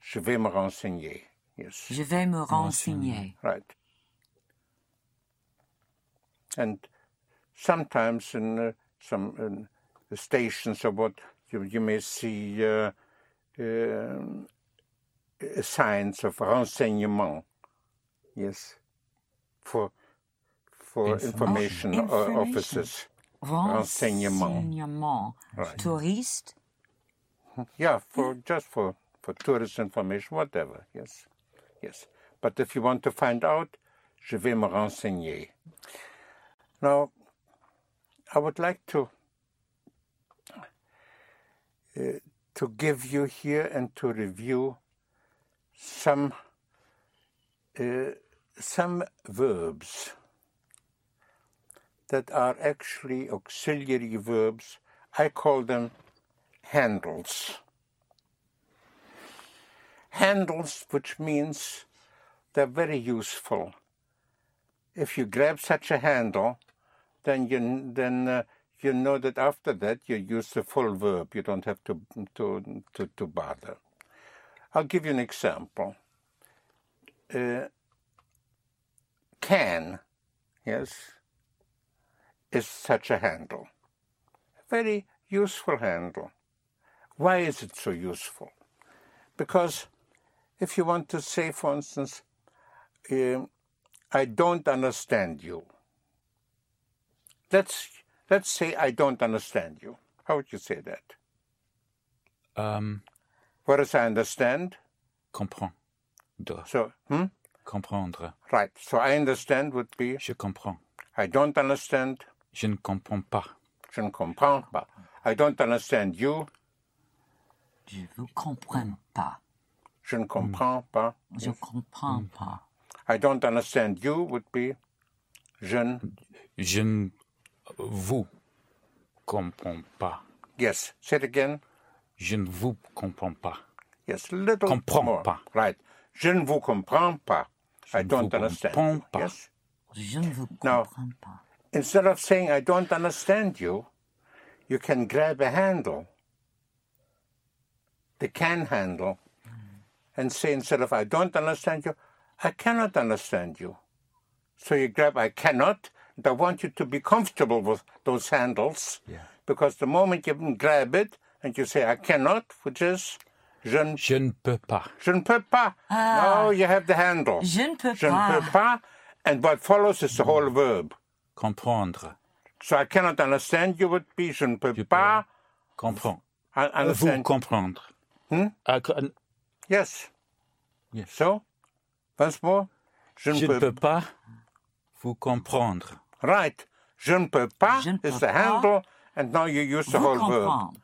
Je vais me renseigner. Yes.
Je vais me renseigner.
Right. And sometimes in uh, some in the stations or what, you, you may see uh, um, uh, signs of renseignement. Yes. For for information, or
Information.
officers. Renseignement.
Renseignement. Touriste,
Yeah, for just for for tourist information, whatever. Yes, yes. But if you want to find out, je vais me renseigner. Now, I would like to uh, to give you here and to review some uh, some verbs that are actually auxiliary verbs. I call them handles. Handles, which means they're very useful. If you grab such a handle, then you then uh, you know that after that you use the full verb. You don't have to to to, to bother. I'll give you an example. Uh, can, yes, is such a handle. Very useful handle. Why is it so useful? Because if you want to say, for instance, um, I don't understand you, let's, let's say I don't understand you. How would you say that?
Um,
Whereas I understand,
comprends. Dois
so, hmm?
comprendre.
Right, so I understand would be
Je comprends.
I don't understand,
Je ne comprends pas.
je ne comprends pas. I don't understand you,
je vous comprends pas.
je ne comprends pas.
Je comprends
Mm.
pas.
I don't understand you would be je ne
Je ne vous comprends pas.
Yes. Say it again.
Je ne vous comprends pas.
Yes. A little
Comprends
more.
pas.
Right. Je ne vous comprends pas. I
ne
don't
vous
understand.
comprends pas.
Yes.
Je ne vous
Now-
comprends pas.
Instead of saying I don't understand you, you can grab a handle, the can handle, and say instead of I don't understand you, I cannot understand you. So you grab I cannot. And I want you to be comfortable with those handles,
Yeah.
because the moment you grab it and you say I cannot, which is je ne
Je ne peux pas.
Je ne peux pas.
Ah.
Now you have the handle.
Je ne peux
Je ne
pas.
peux pas. And what follows is the whole verb.
Comprendre.
So I cannot understand you would be je ne peux pas.
Comprends.
I
Vous
understand.
comprendre.
Hmm?
Ah, co-
yes.
Yes.
So, once more. Je ne
Je ne
peux
peux pas vous comprendre.
Right. Je ne peux pas
Je ne
is
peux
the
pas.
handle. And now you use the
Vous
whole verb.
comprendre.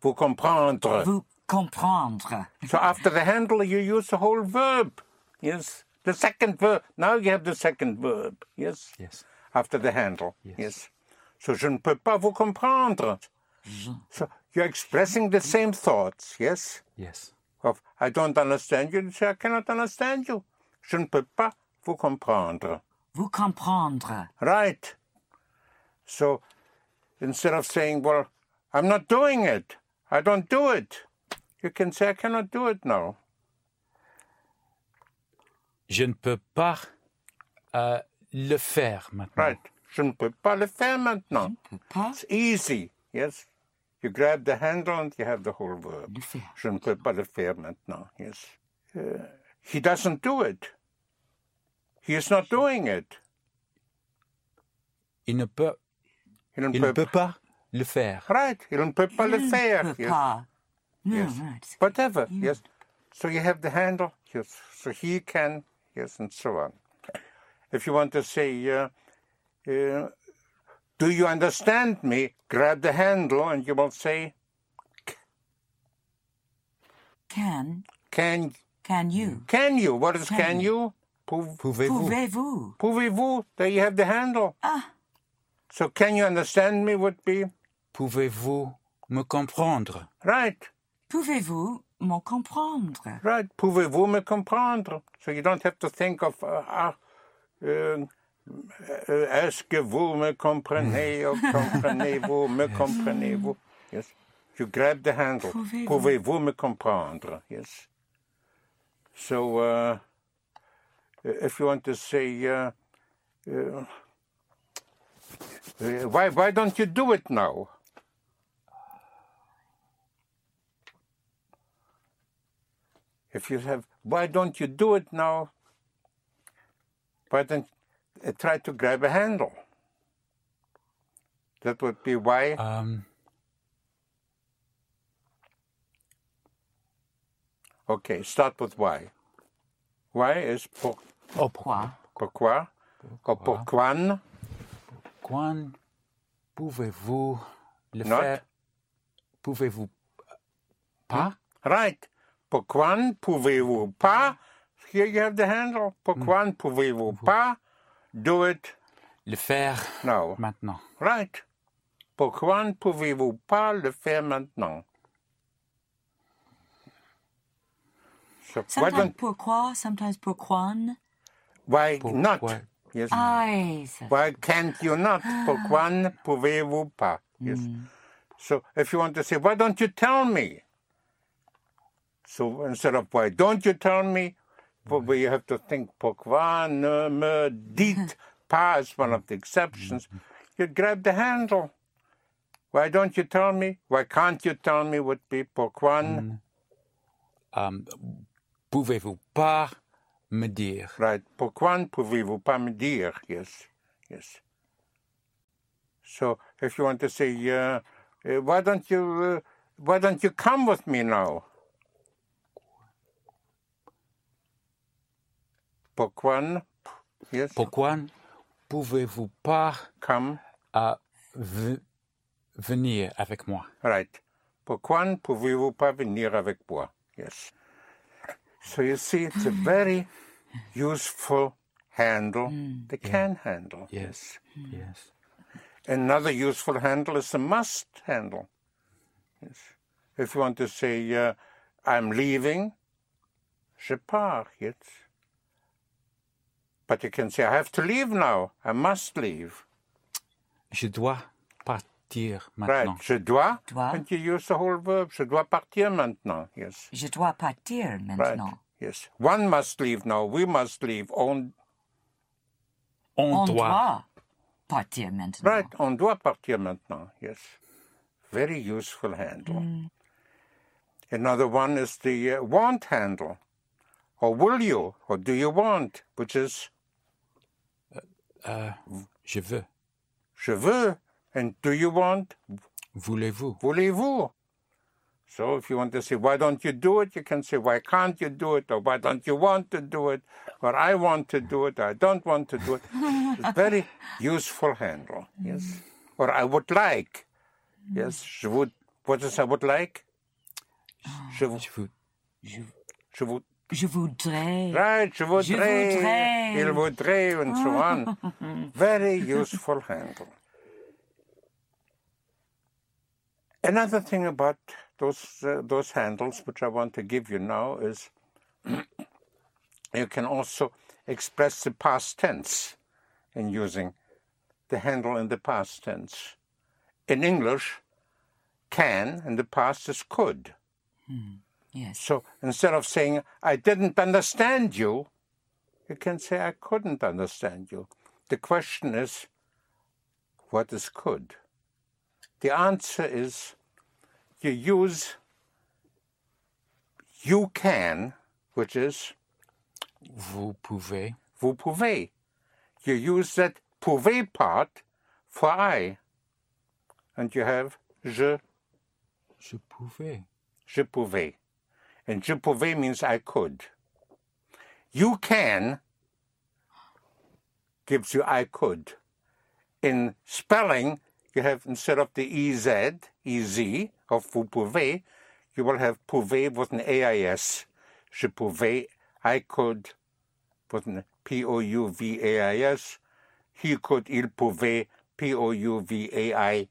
Vous comprendre.
Vous comprendre.
So after the handle, you use the whole verb. Yes. The second verb. Now you have the second verb. Yes.
Yes.
after the handle. Yes.
Yes.
So je ne peux pas vous comprendre. So you're expressing the same thoughts, yes?
Yes.
Of I don't understand you, you say I cannot understand you. Je ne peux pas vous comprendre.
Vous comprendre.
Right. So instead of saying, well, I'm not doing it, I don't do it, you can say, I cannot do it now.
Je ne peux pas euh, le faire maintenant.
Right. Je ne peux pas le faire maintenant.
Mm. Je ne peux pas
It's easy, yes? You grab the handle and you have the whole verb.
le faire.
Je ne peux pas le faire maintenant. Yes. Euh, He doesn't do it. He is not doing it.
Il ne peut,
Il ne
il ne
peut
peut pas le faire.
Right. Il ne peut pas le faire. Yes.
Papa. No,
Yes.
right.
Whatever. Yes. So you have the handle. Yes. So he can. Yes, and so on. If you want to say, uh, uh, "Do you understand me?" Grab the handle, and you will say,
Can
"Can
can you?
can you?" What is can you? Pou-
Pouvez-vous
Pouvez-vous?
Pouvez-vous? There you have the handle.
Ah.
So can you understand me? Would be
Pouvez-vous me comprendre
right.
Pouvez-vous m'en comprendre?
Right. Pouvez-vous me comprendre? So you don't have to think of, uh, ah, euh, euh, est-ce que vous me comprenez? Or comprenez-vous? Me comprenez-vous? Yes. You grab the handle.
Pouvez-vous.
Pouvez-vous me comprendre? Yes. So, uh, if you want to say, uh, uh, uh, why, why don't you do it now? if you have why don't you do it now why don't uh, try to grab a handle that would be why
Euh,
okay start with why why is pour,
oh,
Quoi?
pourquoi or pourquoi
Quand pouvez-vous le
Not.
faire Pouvez-vous pas
right pourquoi pouvez-vous pas here you have the handle pourquoi pouvez-vous pas do it
le faire
now
maintenant
right pourquoi pouvez-vous pas le faire maintenant so why
Sometimes
don't
pourquoi? Sometimes pourquoi?
Mm.
Ah,
Why
Pourquoi?
not? Yes.
I. ça-
Why can't you not? Pourquoi ne pouvez-vous pas? Yes. So if you want to say, why don't you tell me? So instead of why don't you tell me, well, you have to think, pourquoi ne me dites pas is one of the exceptions. You grab the handle. Why don't you tell me? Why can't you tell me would be pourquoi? ne-
Euh, Pouvez-vous pas me dire
Right. Pourquoi ne pouvez-vous pas me dire? Yes. Yes. So if you want to say, uh, uh, why don't you, uh, why don't you come with me now? Pourquoi? ne- Yes.
Pourquoi pouvez-vous pas
come.
euh, v- venir avec moi
Right. Pourquoi ne pouvez-vous pas venir avec moi? Yes. So you see, it's a very useful handle, the can handle.
Yes, yes.
Another useful handle is the must handle. Yes. If you want to say, uh, I'm leaving, je pars, yes. But you can say, I have to leave now, I must leave.
Je dois partir
Right,
maintenant.
je dois,
Dois.
and you use the whole verb, je dois partir maintenant, yes.
Je dois partir
Right,
maintenant.
yes. One must leave now, we must leave, on,
On,
On
doit.
doit partir maintenant.
right, on doit partir maintenant, yes. Very useful handle. Another one is the uh, want handle, or will you, or do you want, which is
Euh, je veux.
je veux, and do you want,
Voulez-vous
voulez-vous. So if you want to say, why don't you do it, you can say, why can't you do it, or why don't you want to do it, or I want to do it, or I don't want to do it. It's very useful handle, yes. Or I would like, yes, je would, what is I would like? Je, vou-
Je veux.
je would,
Je voudrais.
Right, je voudrais, Ah.
voudrais.
il voudrait, and so on. Very useful handle. Another thing about those uh, those handles, which I want to give you now, is you can also express the past tense in using the handle in the past tense. In English, can in the past is could.
Yes.
So instead of saying, I didn't understand you, you can say, I couldn't understand you. The question is, what is could? The answer is, you use you can, which is
Vous pouvez.
Vous pouvez. You use that pouvez part for I. And you have je,
Je pouvais.
je pouvais. And je pouvais means I could. You can gives you I could. In spelling, you have instead of the E EZ, EZ of vous pouvez, you will have pouvez with an AIS. Je pouvais, I could with an P O U V A I S. He could, il pouvait, P O U V A I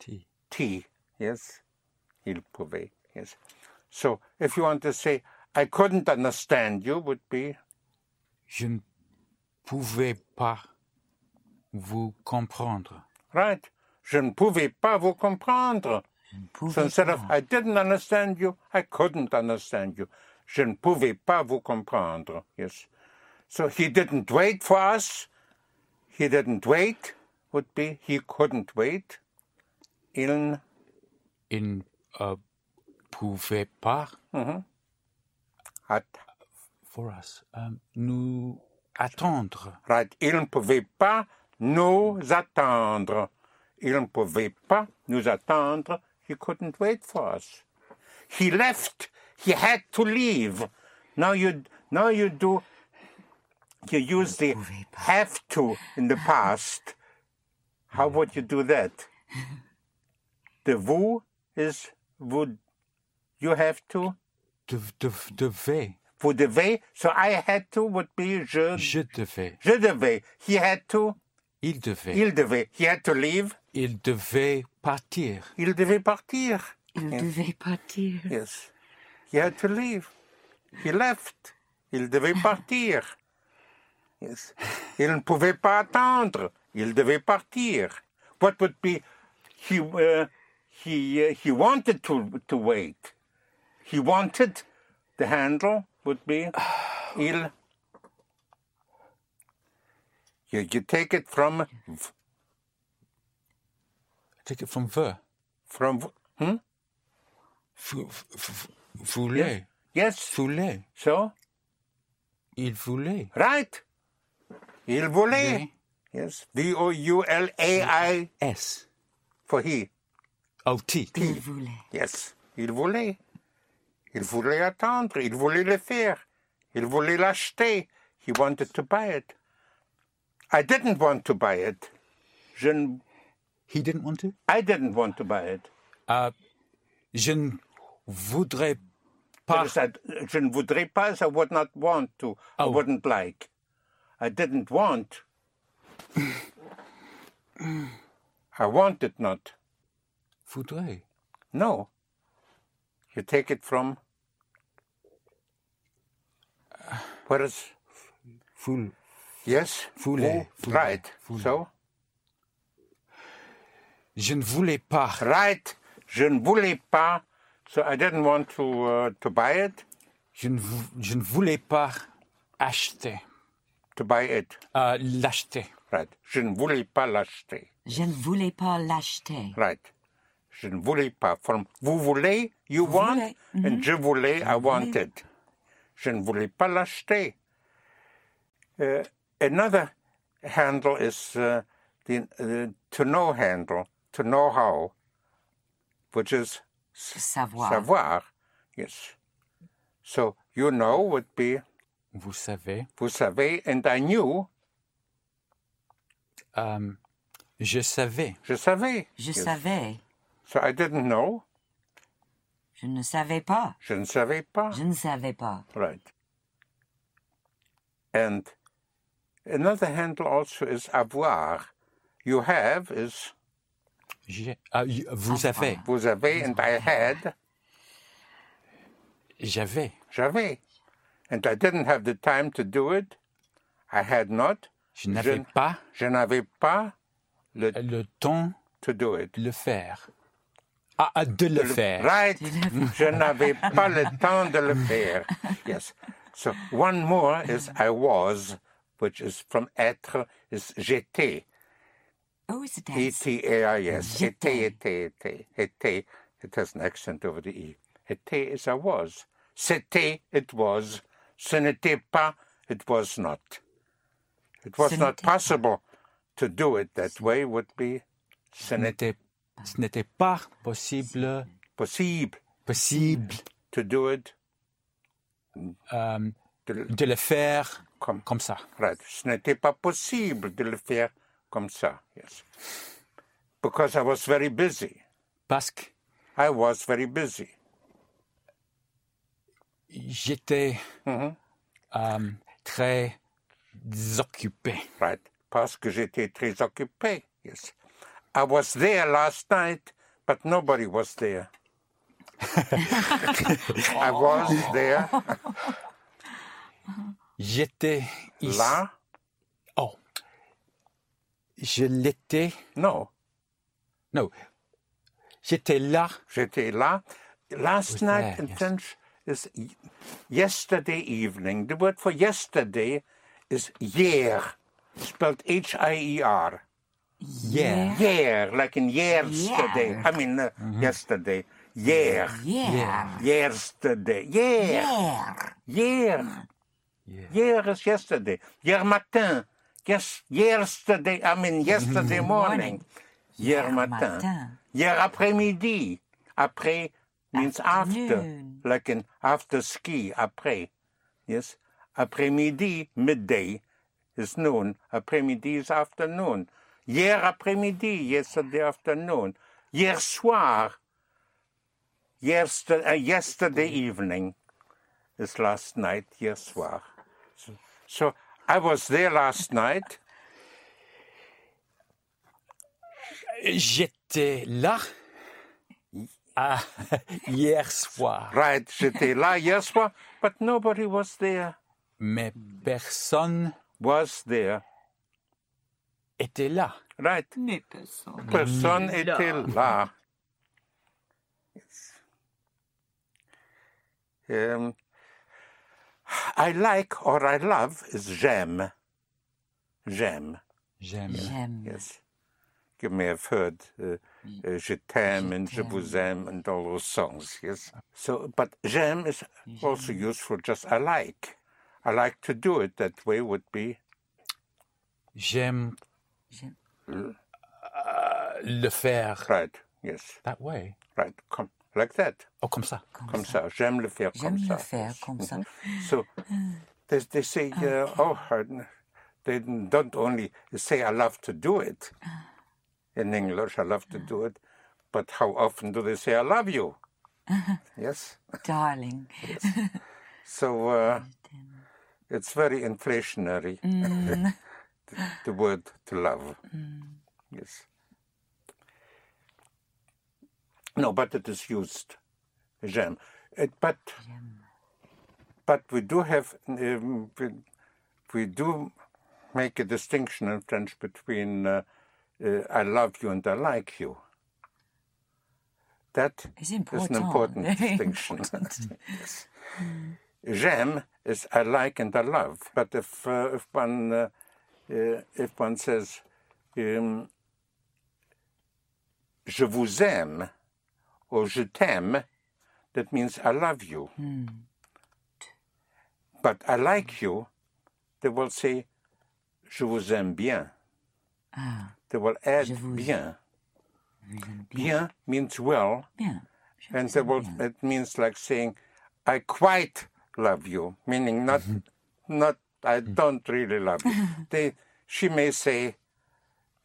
Ti.
T. Yes, il pouvait. Yes. So if you want to say, I couldn't understand you, would be
Je ne pouvais pas vous comprendre.
right. Je ne pouvais pas vous comprendre. So
Pouvez.
instead of I didn't understand you, I couldn't understand you. Je ne pouvais pas vous comprendre. Yes. So he didn't wait for us. He didn't wait would be he couldn't wait. Il
Il ne euh, pouvait pas
at
for us, euh, nous attendre.
right. Il ne pouvait pas nous attendre. Il ne pouvait pas nous attendre. He couldn't wait for us. He left. He had to leave. Now you now you do you use the have to in the past. How would you do that? The vous is would you have to?
De, de- devais.
Vous devez. So I had to would be je
Je devais.
je devais. He had to.
Il devait. Il,
Il devait. He had to leave.
devait partir.
Il devait partir.
Il devait partir.
Yes. He had to leave. He left. Il devait partir. Yes. Il ne pouvait pas attendre. Il devait partir. What would be he uh, he uh, he wanted to to wait. He wanted the handle would be il you, you take it from v-
Take it from the.
from v- hmm?
Vou- vou- Voulait.
yes
Voulait.
so
Il voulait.
right il voulait Yes, V O U L A I
S.
for he.
Oh, T.
Il voulait.
Yes, il voulait. Il voulait attendre. Il voulait le faire. Il voulait l'acheter. He wanted to buy it. I didn't want to buy it. Je ne,
He didn't want to?
I didn't want to buy it.
Uh, je ne voudrais
There
pas.
is that, je ne voudrais pas. I would not want to. I
Oh.
wouldn't like. I didn't want. I wanted not.
Voudrais.
No. You take it from. What is.
Voul.
Yes?
Voulait,
Oh,
voulait,
right.
voulait.
So?
Je ne voulais pas.
Right. Je ne voulais pas. So I didn't want to, uh, to buy it.
Je ne, vou- je ne voulais pas acheter.
To buy it.
Euh, L'acheter.
Right. Je ne voulais pas l'acheter.
Je ne voulais pas l'acheter.
Right. Je ne voulais pas. From vous voulez, you want,
voulez.
and je voulais, I wanted. Je ne voulais pas l'acheter. Uh, another handle is uh, the uh, to know handle, to know how, which is
Savoir.
savoir. Yes. So you know would be
Vous savez.
vous savez, and I knew,
euh, je savais.
je savais.
Je
Yes.
savais.
So I didn't know,
Je ne savais pas.
je ne savais pas.
Je ne savais pas.
Right. And another handle also is avoir. You have is
J'ai- ah, y- vous avez.
vous avez and I had,
J'avais.
j'avais. And I didn't have the time to do it. I had not.
Je n'avais Euh, pas
Je n'avais pas le
le temps
to do it.
de le faire. Ah, ah, de le faire.
Right. Je n'avais pas le temps de le faire. Yes. So one more is I was, which is from être is j'étais.
Oh, is it
E
that?
T A I S.
J'étais.
Été, été, été, été. It has an accent over the E. Été is I was. C'était, it was. Ce n'était pas, it was not. It was
Ce
not
n'était pas.
possible to do it that way would be ce n'était
n'était- ce n'était pas possible,
possible
possible
to do it
euh,
de-
de le faire
comme
comme ça.
right. Ce n'était pas possible de le faire comme ça. Yes. Because I was very busy.
Parce que
I was very busy.
j'étais
Mhm.
euh, très occupé.
Right. Parce que j'étais très occupé. Yes. I was there last night, but nobody was there. I was
Oh.
there,
J'étais ici.
là.
Oh. Je l'étais.
No,
Non. J'étais là.
j'étais là. Last
Was
night
there,
in
yes.
French is y- yesterday evening. The word for yesterday is hier, spelled H-I-E-R.
Yeah. Mm-hmm.
Hier, like in yesterday.
Yeah.
I mean, uh, yesterday. Hier.
Yeah.
Yesterday. Hier.
Yeah.
Hier. Hier is yesterday. Hier matin. Yes, yesterday. I mean, yesterday morning. Hier matin.
matin.
Hier après-midi. Après means
Afternoon.
after. Like in after ski, après. Yes. Après-midi, midday is noon. Après-midi is afternoon. Hier après-midi, yesterday afternoon. Hier soir, yesterday, uh, yesterday evening is last night, hier soir. So, so I was there last night.
J'étais là. Ah, hier soir.
Right, j'étais là hier soir, but nobody was there.
Mais personne
Was there.
était là.
Right.
Mais personne.
Personne était là. Um, I like or I love is j'aime. J'aime,
J'aime.
J'aime.
yes. You may have heard uh, uh, Je t'aime and Je vous aime and all those songs, yes. So, but j'aime is also useful just I like. I like to do it that way would be
J'aime
J'aime.
euh, le faire.
right, yes,
That way.
right, come, like that,
Oh, comme ça.
comme ça, j'aime le faire comme
J'aime
ça.
le faire comme ça.
So they, they say, uh, oh, I- they don't only say, I love to do it in English, I love to do it, but how often do they say, I love you? yes?
Darling.
So uh, it's very inflationary, the, the word to love. Yes. No, but it is used, j'aime. It, but, but we do have, um, we, we do make a distinction in French between uh, uh, I love you and I like you. That is
It's
an
important.
important
Very
distinction. Yes. J'aime is I like and I love. But if uh, if one uh, uh, if one says um, je vous aime or je t'aime, that means I love you.
Hmm.
But I like you, they will say je vous aime bien. They will add
Ah. Je vous-
bien. Bien means well.
Bien.
And they will, it means like saying, I quite love you, meaning not, not, I don't really love you. they, she may say,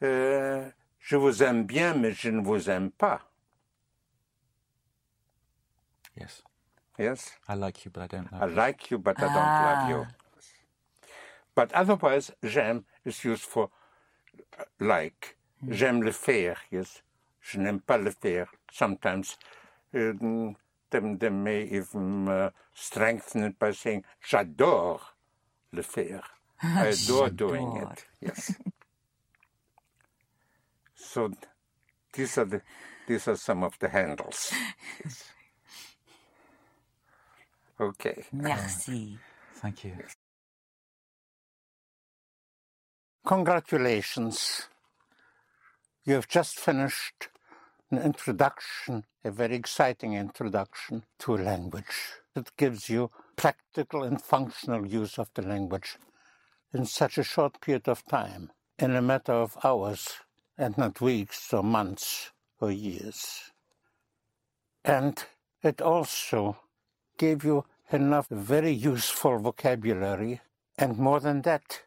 uh, Je vous aime bien, mais je ne vous aime pas.
Yes.
Yes?
I like you, but I don't
I
love
like you, but I don't love you. But otherwise, j'aime is used for uh, like. J'aime le faire, yes. Je n'aime pas le faire. Sometimes um, they, they may even uh, strengthen it by saying, j'adore le faire. I adore doing it, yes. so th- these are, the, these are some of the handles. Yes. Okay.
Merci.
Thank you.
Congratulations. You have just finished an introduction, a very exciting introduction to a language. It gives you practical and functional use of the language in such a short period of time, in a matter of hours, and not weeks or months or years. And it also gave you enough very useful vocabulary, and more than that,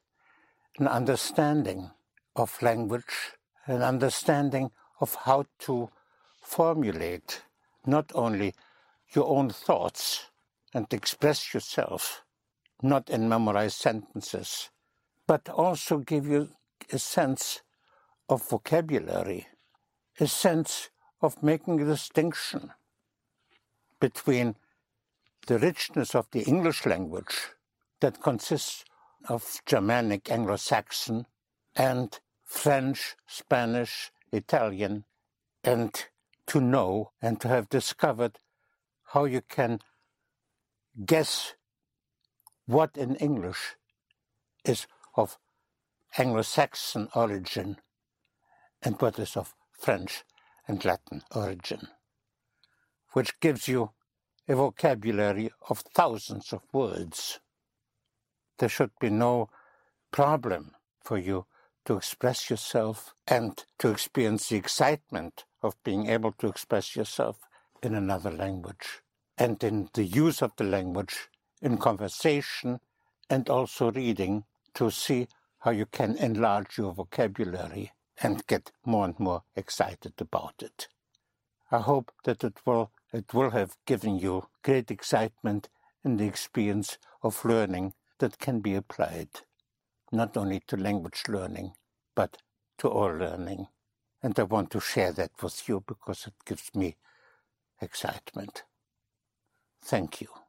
an understanding of language, an understanding of how to formulate not only your own thoughts and express yourself, not in memorized sentences, but also give you a sense of vocabulary, a sense of making a distinction between the richness of the English language that consists of Germanic, Anglo Saxon, and French, Spanish, Italian, and to know and to have discovered how you can guess what in English is of Anglo Saxon origin and what is of French and Latin origin, which gives you a vocabulary of thousands of words. There should be no problem for you to express yourself and to experience the excitement of being able to express yourself in another language and in the use of the language in conversation and also reading to see how you can enlarge your vocabulary and get more and more excited about it. I hope that it will it will have given you great excitement in the experience of learning that can be applied not only to language learning but to all learning and I want to share that with you because it gives me excitement. Thank you.